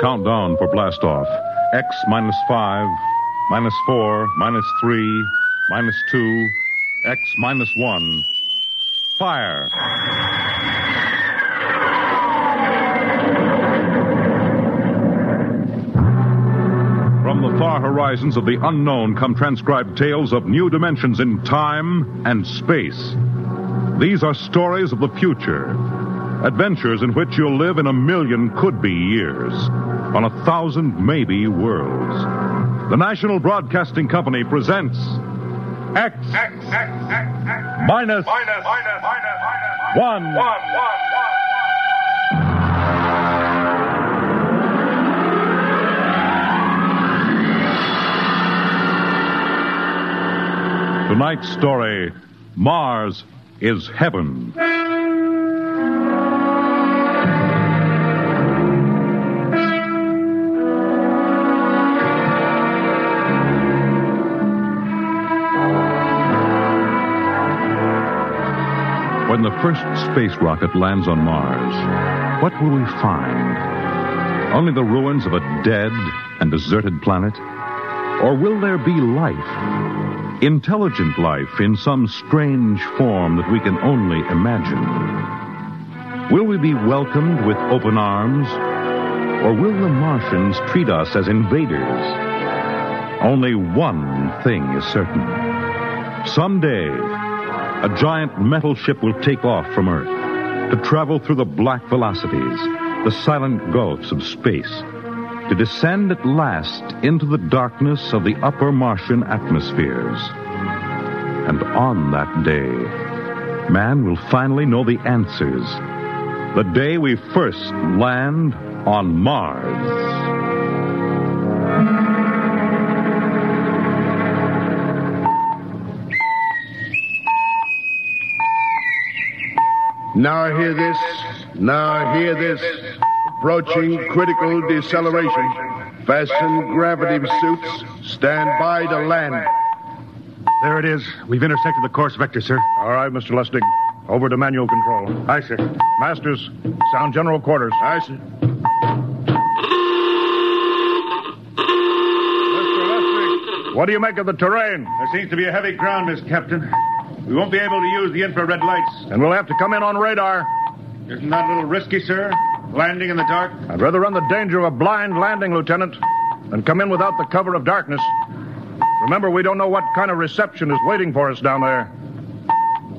Countdown for blastoff. X minus five, minus four, minus three, minus two, X minus one. Fire! From the far horizons of the unknown come transcribed tales of new dimensions in time and space. These are stories of the future, adventures in which you'll live in a million could be years, on a thousand maybe worlds. The National Broadcasting Company presents X, minus one. Tonight's story Mars is Heaven. When the first space rocket lands on Mars, what will we find? Only the ruins of a dead and deserted planet? Or will there be life? Intelligent life in some strange form that we can only imagine. Will we be welcomed with open arms? Or will the Martians treat us as invaders? Only one thing is certain. Someday, a giant metal ship will take off from Earth to travel through the black velocities, the silent gulfs of space, to descend at last into the darkness of the upper Martian atmospheres. And on that day, man will finally know the answers. The day we first land on Mars. Now hear this. Now hear this. Approaching critical deceleration. Fasten gravity suits. Stand by to land. There it is. We've intersected the course vector, sir. All right, Mr. Lustig. Over to manual control. Aye, sir. Masters, sound general quarters. I see. What do you make of the terrain? There seems to be a heavy ground, Miss Captain. We won't be able to use the infrared lights. And we'll have to come in on radar. Isn't that a little risky, sir? Landing in the dark? I'd rather run the danger of a blind landing, Lieutenant, than come in without the cover of darkness. Remember, we don't know what kind of reception is waiting for us down there.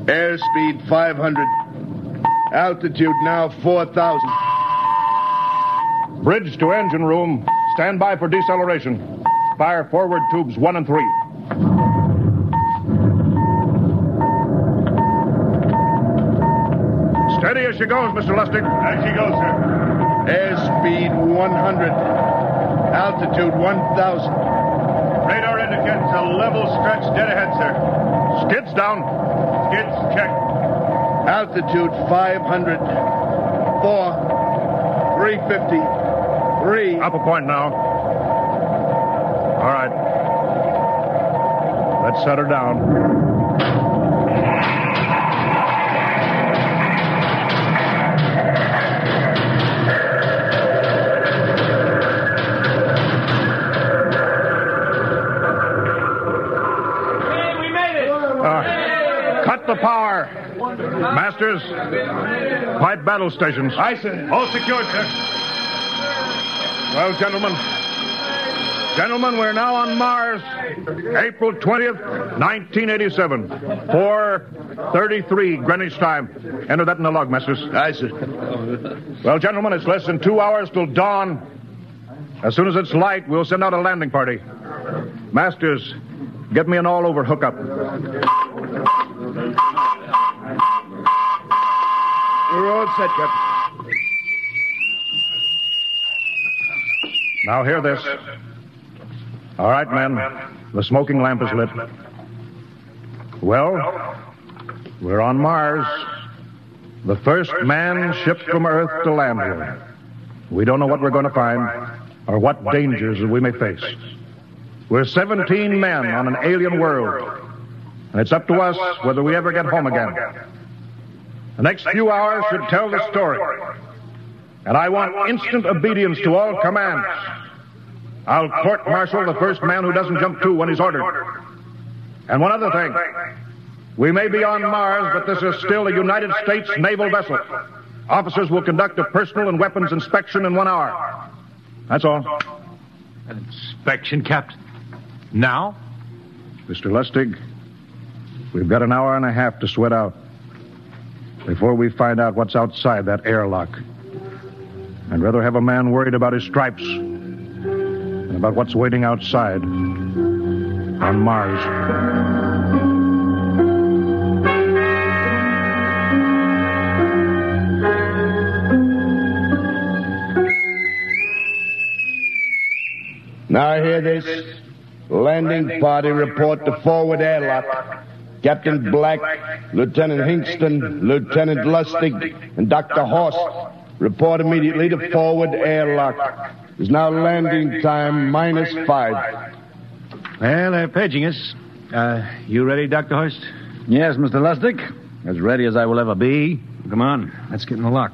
Airspeed 500. Altitude now 4,000. Bridge to engine room. Stand by for deceleration. Fire forward tubes one and three. Steady as she goes, Mr. Lustig. As she goes, sir. Airspeed 100. Altitude 1,000. Radar indicates a level stretch dead ahead, sir. Skids down. Skids check. Altitude 500. 4. 350. 3. Up a point now. All right. Let's set her down. Hey, we made it! Uh, cut the power. Masters, pipe battle stations. Aye, sir. All secured, sir. Well, gentlemen. Gentlemen, we're now on Mars. April 20th, 1987. 4.33 Greenwich time. Enter that in the log, Masters. I see. Well, gentlemen, it's less than two hours till dawn. As soon as it's light, we'll send out a landing party. Masters, get me an all-over hookup. We're all set, Captain. Now hear this. All right, men. The smoking lamp is lit. Well, we're on Mars. The first man shipped from Earth to land here. We don't know what we're going to find or what dangers that we may face. We're 17 men on an alien world, and it's up to us whether we ever get home again. The next few hours should tell the story. and I want instant obedience to all commands. I'll court martial the first man who doesn't jump to when he's ordered. And one other thing. We may be on Mars, but this is still a United States naval vessel. Officers will conduct a personal and weapons inspection in one hour. That's all. An inspection, Captain? Now? Mr. Lustig, we've got an hour and a half to sweat out before we find out what's outside that airlock. I'd rather have a man worried about his stripes than about what's waiting outside on Mars. Now hear this. Landing party report to forward airlock. Captain Black, Lieutenant Hingston, Lieutenant Lustig, and Dr. Horst report immediately to forward airlock. It's now landing time minus five. Well, they're paging us. Uh, you ready, Dr. Horst? Yes, Mr. Lustig. As ready as I will ever be. Come on. Let's get in the lock.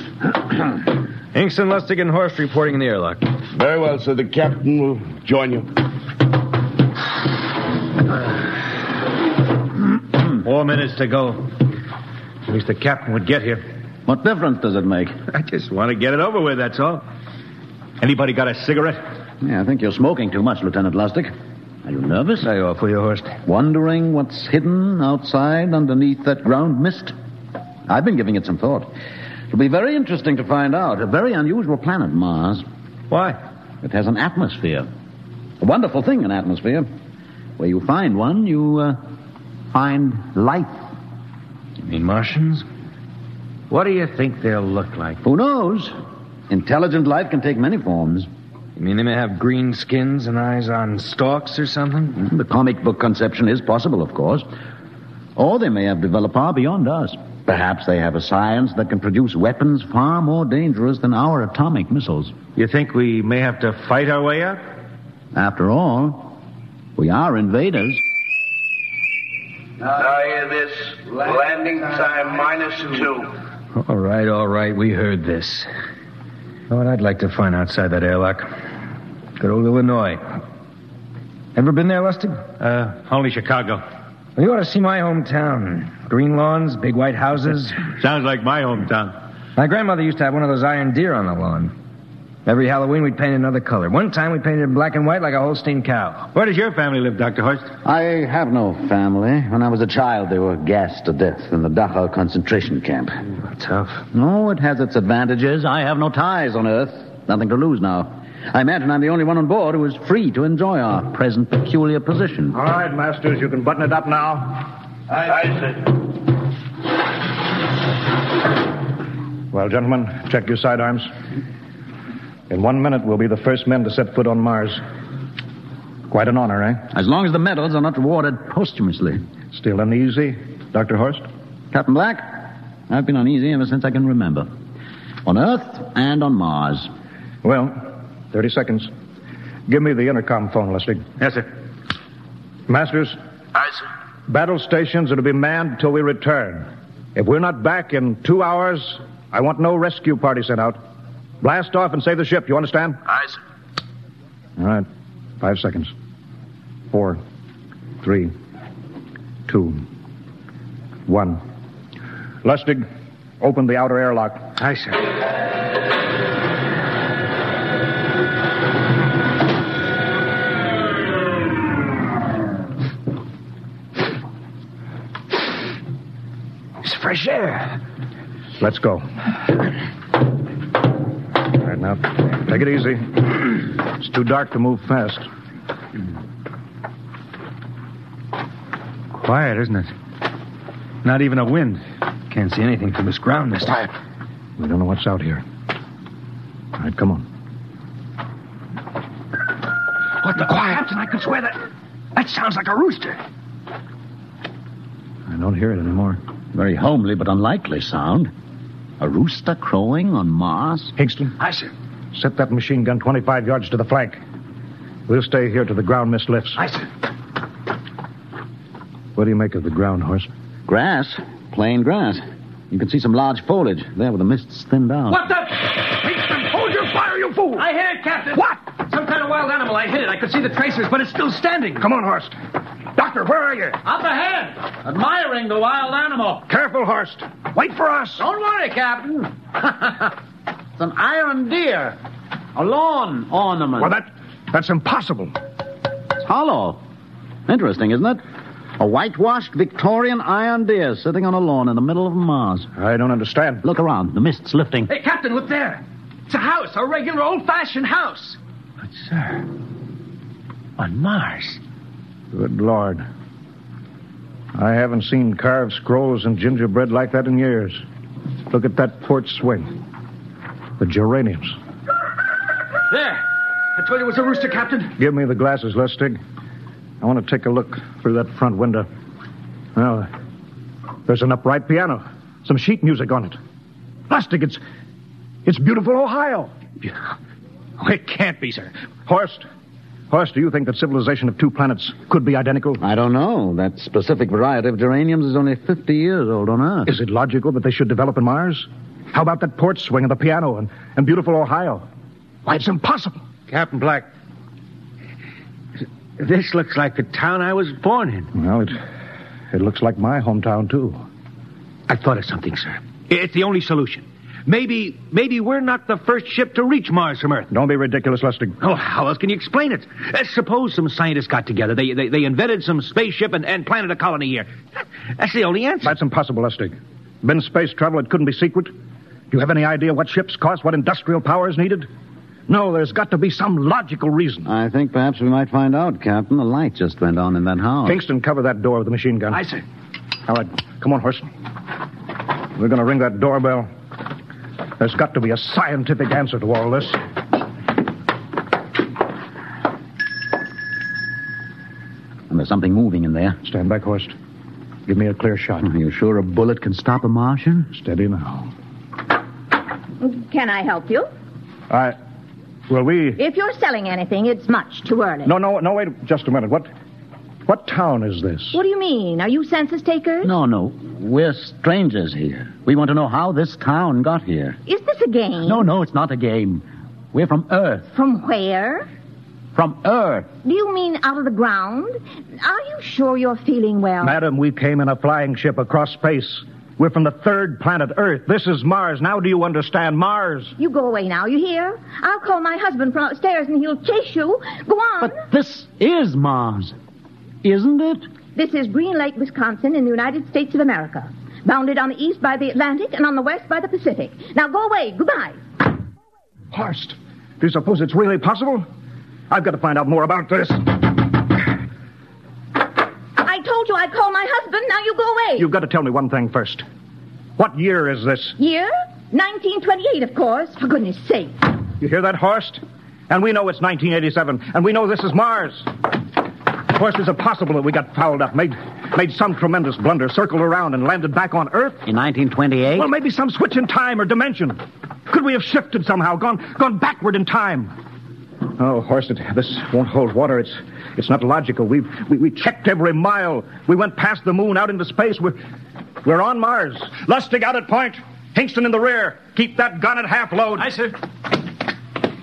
Hinkson, Lustig, and Horst reporting in the airlock. Very well, sir. The captain will join you. Four minutes to go. At least the captain would get here. What difference does it make? I just want to get it over with, that's all. Anybody got a cigarette? Yeah, I think you're smoking too much, Lieutenant Lustig. Are you nervous? I offer you, Horst. Wondering what's hidden outside underneath that ground mist? I've been giving it some thought. It'll be very interesting to find out. A very unusual planet, Mars. Why? It has an atmosphere. A wonderful thing, an atmosphere. Where you find one, you uh, find life. You mean Martians? What do you think they'll look like? Who knows? Intelligent life can take many forms. You mean they may have green skins and eyes on stalks or something? The comic book conception is possible, of course. Or they may have developed far beyond us. Perhaps they have a science that can produce weapons far more dangerous than our atomic missiles. You think we may have to fight our way up? After all, we are invaders. Now hear this. Landing time minus two. All right, all right, we heard this. You know what I'd like to find outside that airlock? Good old Illinois. Ever been there, Lustig? Uh, only Chicago. Well, you ought to see my hometown. Green lawns, big white houses. Sounds like my hometown. My grandmother used to have one of those iron deer on the lawn. Every Halloween, we'd paint it another color. One time, we painted it black and white like a Holstein cow. Where does your family live, Dr. Horst? I have no family. When I was a child, they were gassed to death in the Dachau concentration camp. Tough. No, it has its advantages. I have no ties on Earth. Nothing to lose now. I imagine I'm the only one on board who is free to enjoy our present peculiar position. All right, Masters, you can button it up now. I said. Well, gentlemen, check your sidearms. In one minute, we'll be the first men to set foot on Mars. Quite an honor, eh? As long as the medals are not awarded posthumously. Still uneasy, Dr. Horst? Captain Black, I've been uneasy ever since I can remember. On Earth and on Mars. Well, 30 seconds. Give me the intercom phone, Lustig. Yes, sir. Masters, I said. battle stations are to be manned till we return. If we're not back in two hours, I want no rescue party sent out. Blast off and save the ship, you understand? I said. All right. Five seconds. Four, three, two, one. Lustig, open the outer airlock. Aye, sir. It's fresh air. Let's go. All right, now, take it easy. It's too dark to move fast. Quiet, isn't it? Not even a wind. Can't see anything from this ground this time. We don't know what's out here. All right, come on. What the? Quiet! And I can swear that. That sounds like a rooster. I don't hear it anymore. Very homely but unlikely sound. A rooster crowing on Mars? Higston, I sir. set that machine gun 25 yards to the flank. We'll stay here till the ground mist lifts. I sir. What do you make of the ground, Horst? Grass? Plain grass. You can see some large foliage there where the mist's thinned out. What the? Mason, hold your fire, you fool! I hit it, Captain. What? Some kind of wild animal. I hit it. I could see the tracers, but it's still standing. Come on, Horst. Doctor, where are you? Up ahead, admiring the wild animal. Careful, Horst. Wait for us. Don't worry, Captain. It's an iron deer. A lawn ornament. Well, that that's impossible. It's hollow. Interesting, isn't it? A whitewashed Victorian iron deer sitting on a lawn in the middle of Mars. I don't understand. Look around. The mist's lifting. Hey, Captain, look there. It's a house, a regular old-fashioned house. But, sir, on Mars. Good Lord. I haven't seen carved scrolls and gingerbread like that in years. Look at that port swing. The geraniums. There. I told you it was a rooster, Captain. Give me the glasses, Lustig. I want to take a look through that front window. Well, there's an upright piano, some sheet music on it. Lustig, it's it's beautiful Ohio. Oh, It can't be, sir. Horst, Horst, do you think that civilization of two planets could be identical? I don't know. That specific variety of geraniums is only 50 years old on Earth. Is it logical that they should develop in Mars? How about that port swing and the piano and, and beautiful Ohio? Why, it's impossible. Captain Black. This looks like the town I was born in. Well, it, it looks like my hometown, too. I thought of something, sir. It's the only solution. Maybe, maybe we're not the first ship to reach Mars from Earth. Don't be ridiculous, Lustig. Oh, how else can you explain it? Uh, suppose some scientists got together. They, they, they invented some spaceship and, and planted a colony here. That's the only answer. That's impossible, Lustig. Been space travel, it couldn't be secret. Do you have any idea what ships cost, what industrial power is needed? No, there's got to be some logical reason. I think perhaps we might find out, Captain. The light just went on in that house. Kingston, cover that door with a machine gun. I see. All right, come on, Horst. We're going to ring that doorbell. There's got to be a scientific answer to all this. And there's something moving in there. Stand back, Horst. Give me a clear shot. Are you sure a bullet can stop a Martian? Steady now. Can I help you? I. Well, we. If you're selling anything, it's much too early. No, no, no, wait just a minute. What. What town is this? What do you mean? Are you census takers? No, no. We're strangers here. We want to know how this town got here. Is this a game? No, no, it's not a game. We're from Earth. From where? From Earth. Do you mean out of the ground? Are you sure you're feeling well? Madam, we came in a flying ship across space. We're from the third planet Earth. This is Mars. Now do you understand? Mars. You go away now, you hear? I'll call my husband from upstairs and he'll chase you. Go on. But this is Mars, isn't it? This is Green Lake, Wisconsin, in the United States of America. Bounded on the east by the Atlantic and on the west by the Pacific. Now go away. Goodbye. Horst, do you suppose it's really possible? I've got to find out more about this. I told you I'd call my husband. Now you go away. You've got to tell me one thing first. What year is this? Year? 1928, of course. For goodness sake. You hear that, Horst? And we know it's 1987, and we know this is Mars. Horst, is it possible that we got fouled up, made, made some tremendous blunder, circled around, and landed back on Earth? In 1928? Well, maybe some switch in time or dimension. Could we have shifted somehow, gone gone backward in time? Oh, Horst, it, this won't hold water. It's it's not logical. We've, we we checked every mile. We went past the moon, out into space. We're we're on Mars. Lustig out at point. Hingston in the rear. Keep that gun at half load. I see.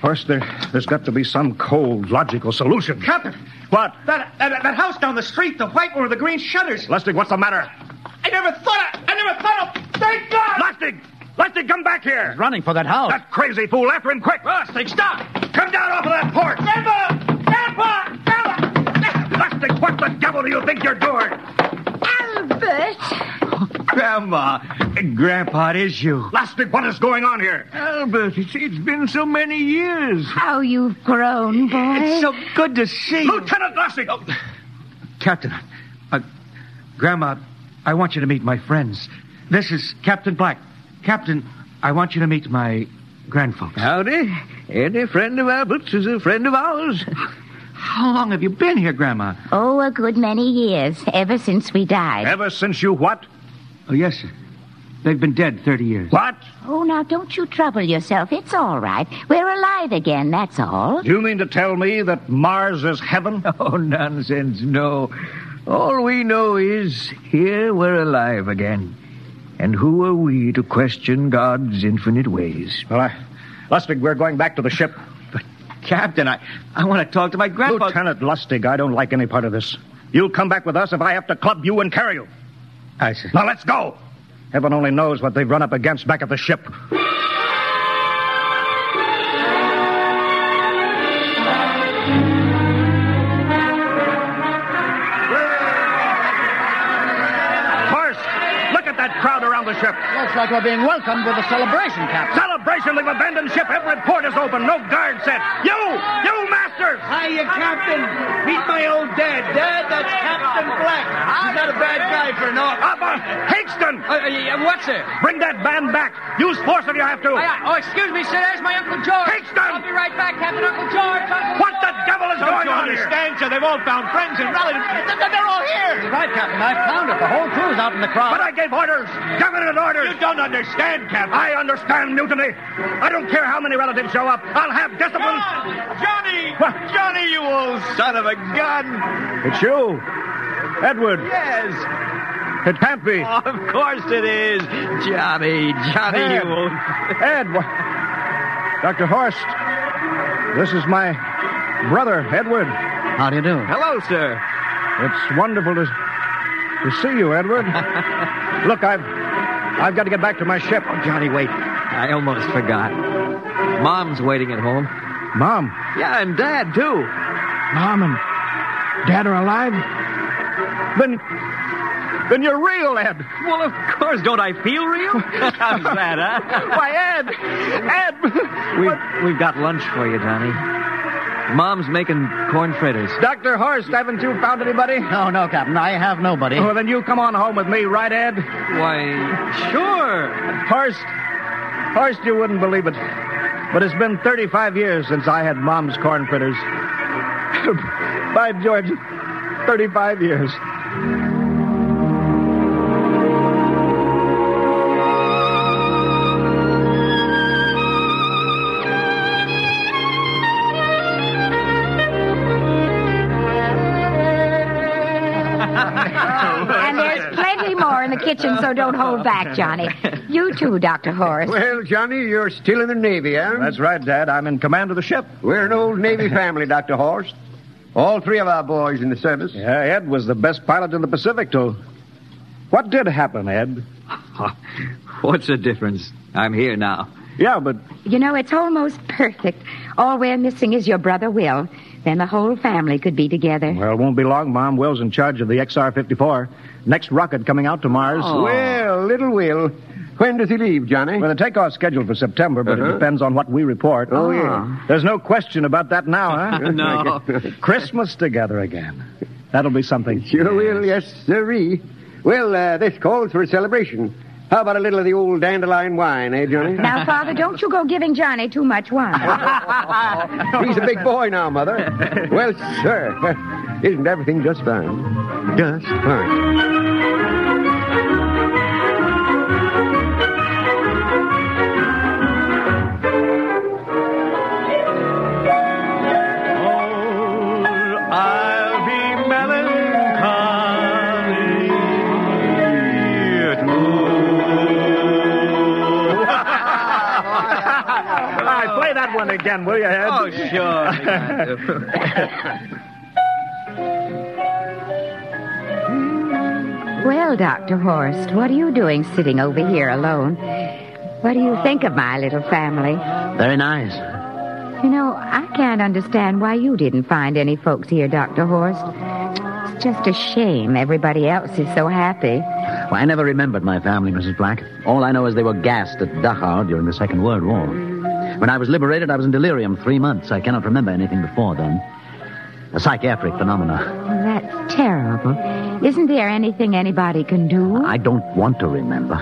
Horst, there, there's got to be some cold, logical solution. Captain, What? that, that that house down the street, the white one with the green shutters. Lustig, what's the matter? I never thought of, I never thought of. Thank God! Lustig! Lustig, come back here! Running for that house. That crazy fool, after him quick! Lustig, stop! Come down off of that porch! Grandpa! Grandpa! Grandpa! Lustig, what the devil do you think you're doing? Albert! Grandma. Grandpa, it is you. Lustig, what is going on here? Albert, it's, it's been so many years. How you've grown, boy. It's so good to see you. Lieutenant Lustig! Captain, uh, Grandma, I want you to meet my friends. This is Captain Black. Captain, I want you to meet my grandfather. Howdy. Any friend of Albert's is a friend of ours. How long have you been here, Grandma? Oh, a good many years, ever since we died. Ever since you what? Oh, yes, sir. They've been dead 30 years. What? Oh, now don't you trouble yourself. It's all right. We're alive again, that's all. Do you mean to tell me that Mars is heaven? Oh, nonsense, no. All we know is here we're alive again. And who are we to question God's infinite ways? Well, I, Lustig, we're going back to the ship. But, Captain, I, I want to talk to my grandpa. Lieutenant Lustig, I don't like any part of this. You'll come back with us if I have to club you and carry you. I see. Now let's go! Heaven only knows what they've run up against back at the ship. First, look at that crowd around the ship. Looks like we're being welcomed with a celebration, Captain. Celebration! They've abandoned ship. Every port is open. No guard set. You! You, Masters! Hiya, Captain. Meet my old dad. Dad, that's Captain Black. He's not a bad guy for an officer. Up on Higston! Uh, what's it? Bring that band back. Use force if you have to. oh, excuse me, sir. There's my Uncle George. Higston! I'll be right back, Captain Uncle George. Uncle What the devil is going on here? sir? They've all found friends and relatives. They're all here. Right, Captain. I found it. The whole crew's out in the crowd. But I gave orders. Definite orders. You don't understand, Captain. I understand mutiny. I don't care how many relatives show up. I'll have discipline. Johnny! Johnny, you old son of a gun! It's you, Edward. Yes, It can't be. Of course it is. Johnny, Johnny, Ed. you old. Ed, what? Dr. Horst, this is my brother, Edward. How do you do? Hello, sir. It's wonderful to, to see you, Edward. Look, I've I've got to get back to my ship. Johnny, wait. I almost forgot. Mom's waiting at home. Mom, Yeah, and Dad, too. Mom and Dad are alive. Then, then you're real, Ed. Well, of course. Don't I feel real? How's that, huh? Why, Ed, Ed. We've, we've got lunch for you, Johnny. Mom's making corn fritters. Doctor Horst, haven't you found anybody? No, no, Captain. I have nobody. Well, then you come on home with me, right, Ed? Why, sure. Horst, Horst, you wouldn't believe it, but it's been 35 years since I had Mom's corn fritters. By George, 35 years. Oh. And there's plenty more in the kitchen, so don't hold back, Johnny. You too, Dr. Horace. Well, Johnny, you're still in the Navy, eh? That's right, Dad. I'm in command of the ship. We're an old Navy family, Dr. Horst. All three of our boys in the service. Yeah, Ed was the best pilot in the Pacific, too. What did happen, Ed? Oh, What's the difference? I'm here now. Yeah, but You know, it's almost perfect. All we're missing is your brother, Will. Then the whole family could be together. well, it won't be long. Mom Will's in charge of the XR-54. Next rocket coming out to Mars. Oh. Well, little Will. When does he leave, Johnny? Well, the takeoff's scheduled for September, but it Uh-huh. depends on what we report. Oh, yeah. There's no question about that now, huh? No. Christmas together again. That'll be something. Sure will, yes, sirree. Well, uh, this calls for a celebration. How about a little of the old dandelion wine, eh, Johnny? Now, Father, don't you go giving Johnny too much wine. He's a big boy now, Mother. Well, sir, isn't everything just fine? Just fine. I'll be Oh. melancholy. Play that one again, will you, Ed? Oh, sure. well, Dr. Horst, what are you doing sitting over here alone? What do you think of my little family? Very nice. You know, I can't understand why you didn't find any folks here, Dr. Horst. It's just a shame everybody else is so happy. Well, I never remembered my family, Mrs. Black. All I know is they were gassed at Dachau during the Second World War. When I was liberated, I was in delirium three months. I cannot remember anything before then. A psychiatric phenomena. Well, that's terrible. Isn't there anything anybody can do? I don't want to remember.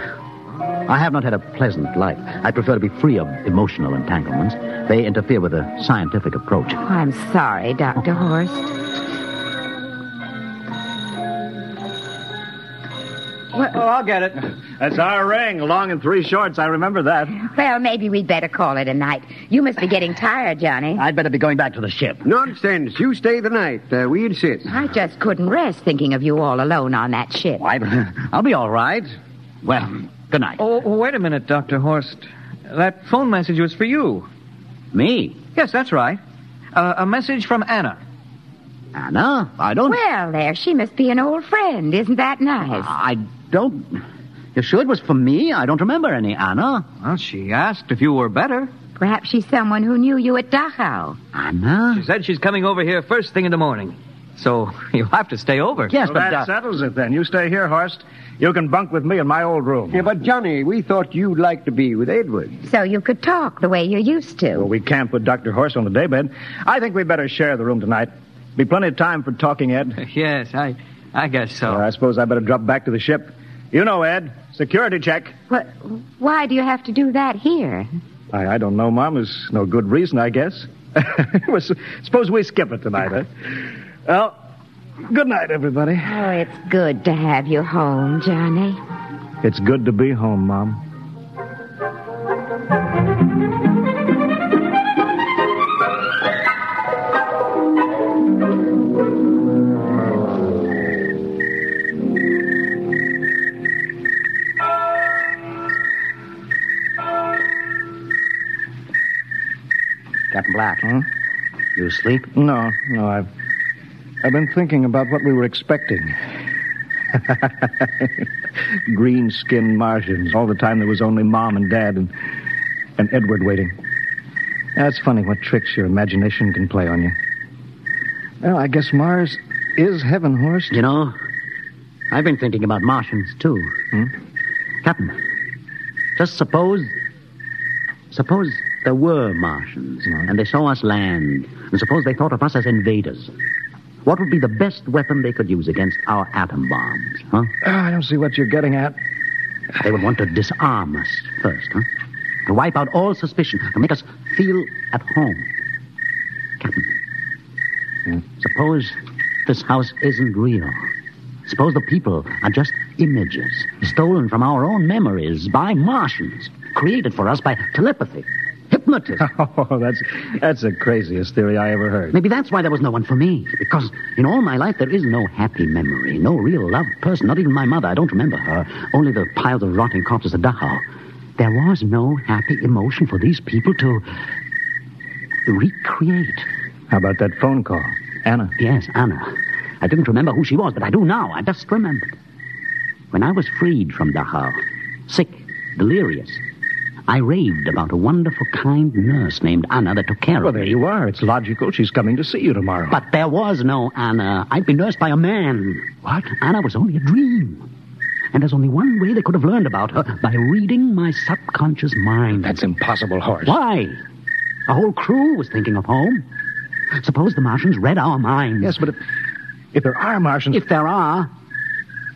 I have not had a pleasant life. I prefer to be free of emotional entanglements. They interfere with a scientific approach. I'm sorry, Dr. Horst. Oh, I'll get it. That's our ring, long and three shorts. I remember that. Well, maybe we'd better call it a night. You must be getting tired, Johnny. I'd better be going back to the ship. Nonsense. You stay the night. Uh, we insist. I uh, just couldn't rest thinking of you all alone on that ship. Why, I'll be all right. Well, Good night. Oh, oh, wait a minute, Dr. Horst. That phone message was for you. Me? Yes, that's right. Uh, a message from Anna. Anna? I don't. Well, there, she must be an old friend. Isn't that nice? I don't. You're sure it was for me? I don't remember any Anna. Well, she asked if you were better. Perhaps she's someone who knew you at Dachau. Anna? She said she's coming over here first thing in the morning. So you'll have to stay over. Yes, Well, but. that Doc- settles it then. You stay here, Horst. You can bunk with me in my old room. Yeah, but Johnny, we thought you'd like to be with Edward. So you could talk the way you used to. Well, we can't put Dr. Horst on the daybed. I think we better share the room tonight. Be plenty of time for talking, Ed. Yes, I, I guess so. Or I suppose I better drop back to the ship. You know, Ed, security check. What, why do you have to do that here? I, I don't know, Mom. There's no good reason, I guess. Well, s- suppose we skip it tonight, huh? Well, good night, everybody. Oh, it's good to have you home, Johnny. It's good to be home, Mom. Captain Black. Hmm? You asleep? No, no, I've I've been thinking about what we were expecting. Green skinned Martians. All the time there was only Mom and Dad and and Edward waiting. That's funny what tricks your imagination can play on you. Well, I guess Mars is heaven, Horst. You know, I've been thinking about Martians, too. Captain, just suppose. Suppose there were Martians, and they saw us land, and suppose they thought of us as invaders. What would be the best weapon they could use against our atom bombs, huh? Oh, I don't see what you're getting at. They would want to disarm us first, huh? To wipe out all suspicion, to make us feel at home. Captain, suppose this house isn't real. Suppose the people are just images stolen from our own memories by Martians, created for us by telepathy, hypnotism. Oh, that's that's the craziest theory I ever heard. Maybe that's why there was no one for me. Because in all my life, there is no happy memory, no real loved person, not even my mother. I don't remember her. Only the piles of rotting corpses at Dachau. There was no happy emotion for these people to recreate. How about that phone call? Anna. Yes, Anna. I didn't remember who she was, but I do now. I just remembered. When I was freed from Dachau, sick, delirious, I raved about a wonderful, kind nurse named Anna that took care Well, of me. there you are. It's logical. She's coming to see you tomorrow. But there was no Anna. I'd been nursed by a man. What? Anna was only a dream. And there's only one way they could have learned about her by reading my subconscious mind. That's impossible, Horst. Why? A whole crew was thinking of home. Suppose the Martians read our minds. Yes, but if, if there are Martians. If there are,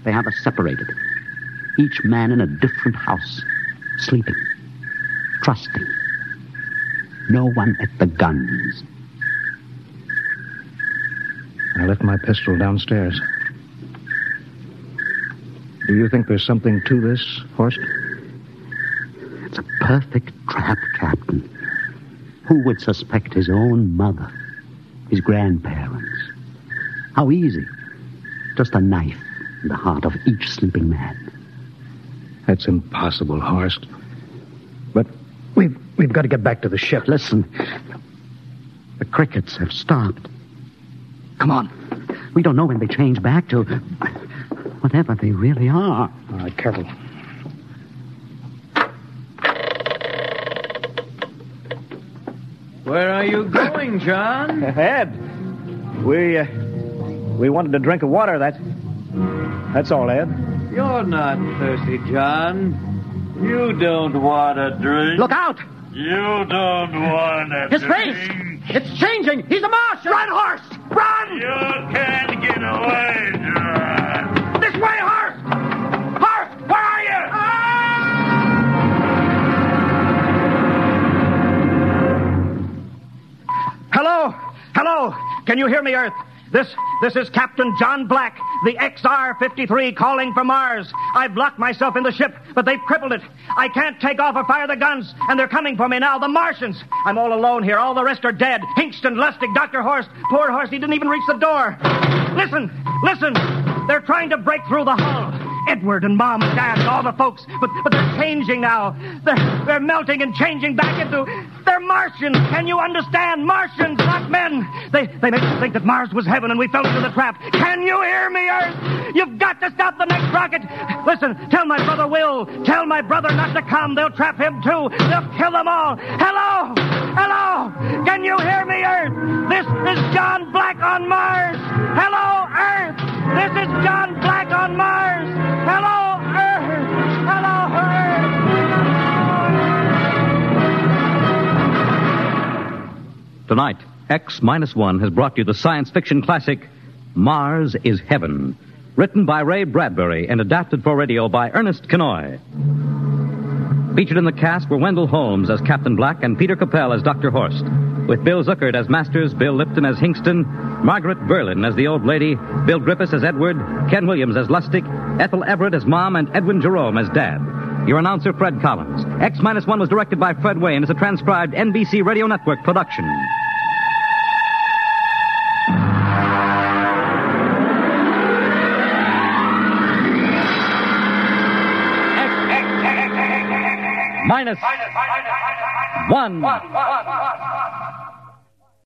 they have us separated. Each man in a different house, sleeping, trusting. No one at the guns. I left my pistol downstairs. Do you think there's something to this, Horst? It's a perfect trap, Captain. Who would suspect his own mother, his grandparents? How easy. Just a knife in the heart of each sleeping man. That's impossible, Horst. But we've, we've got to get back to the ship. Listen, the crickets have stopped. Come on. We don't know when they change back to whatever they really are. All right, careful. Where are you going, John? Ed, we, uh, we wanted a drink of water. That, that's all, Ed. You're not thirsty, John. You don't want a drink. Look out! You don't want a His drink. face! It's changing! He's a Martian! Run, horse! Run! You can't get away, John. This way, horse! Horse, where are you? Hello? Hello? Can you hear me, Earth? This this is Captain John Black, the XR-53 calling for Mars. I've locked myself in the ship, but they've crippled it. I can't take off or fire the guns, and they're coming for me now, the Martians. I'm all alone here. All the rest are dead. Hinkston, Lustig, Dr. Horst. Poor Horst, he didn't even reach the door. Listen, listen. They're trying to break through the hull. Edward and Mom and Dad and all the folks, but, but they're changing now. They're, they're melting and changing back into. They're Martians. Can you understand? Martians, not men. They, they made us think that Mars was heaven and we fell into the trap. Can you hear me, Earth? You've got to stop the next rocket. Listen, tell my brother Will. Tell my brother not to come. They'll trap him too. They'll kill them all. Hello? Hello? Can you hear me, Earth? This is John Black on Mars. Hello, Earth. This is John Black on Mars. Hello, Earth. Hello, Earth. Tonight, X Minus One has brought you the science fiction classic, Mars is Heaven, written by Ray Bradbury and adapted for radio by Ernest Kenoy. Featured in the cast were Wendell Holmes as Captain Black and Peter Capell as Dr. Horst, with Bill Zuckert as Masters, Bill Lipton as Hingston, Margaret Berlin as the old lady, Bill Griffiths as Edward, Ken Williams as Lustig, Ethel Everett as Mom, and Edwin Jerome as Dad. Your announcer, Fred Collins. X Minus One was directed by Fred Way and is a transcribed NBC Radio Network production. Minus one.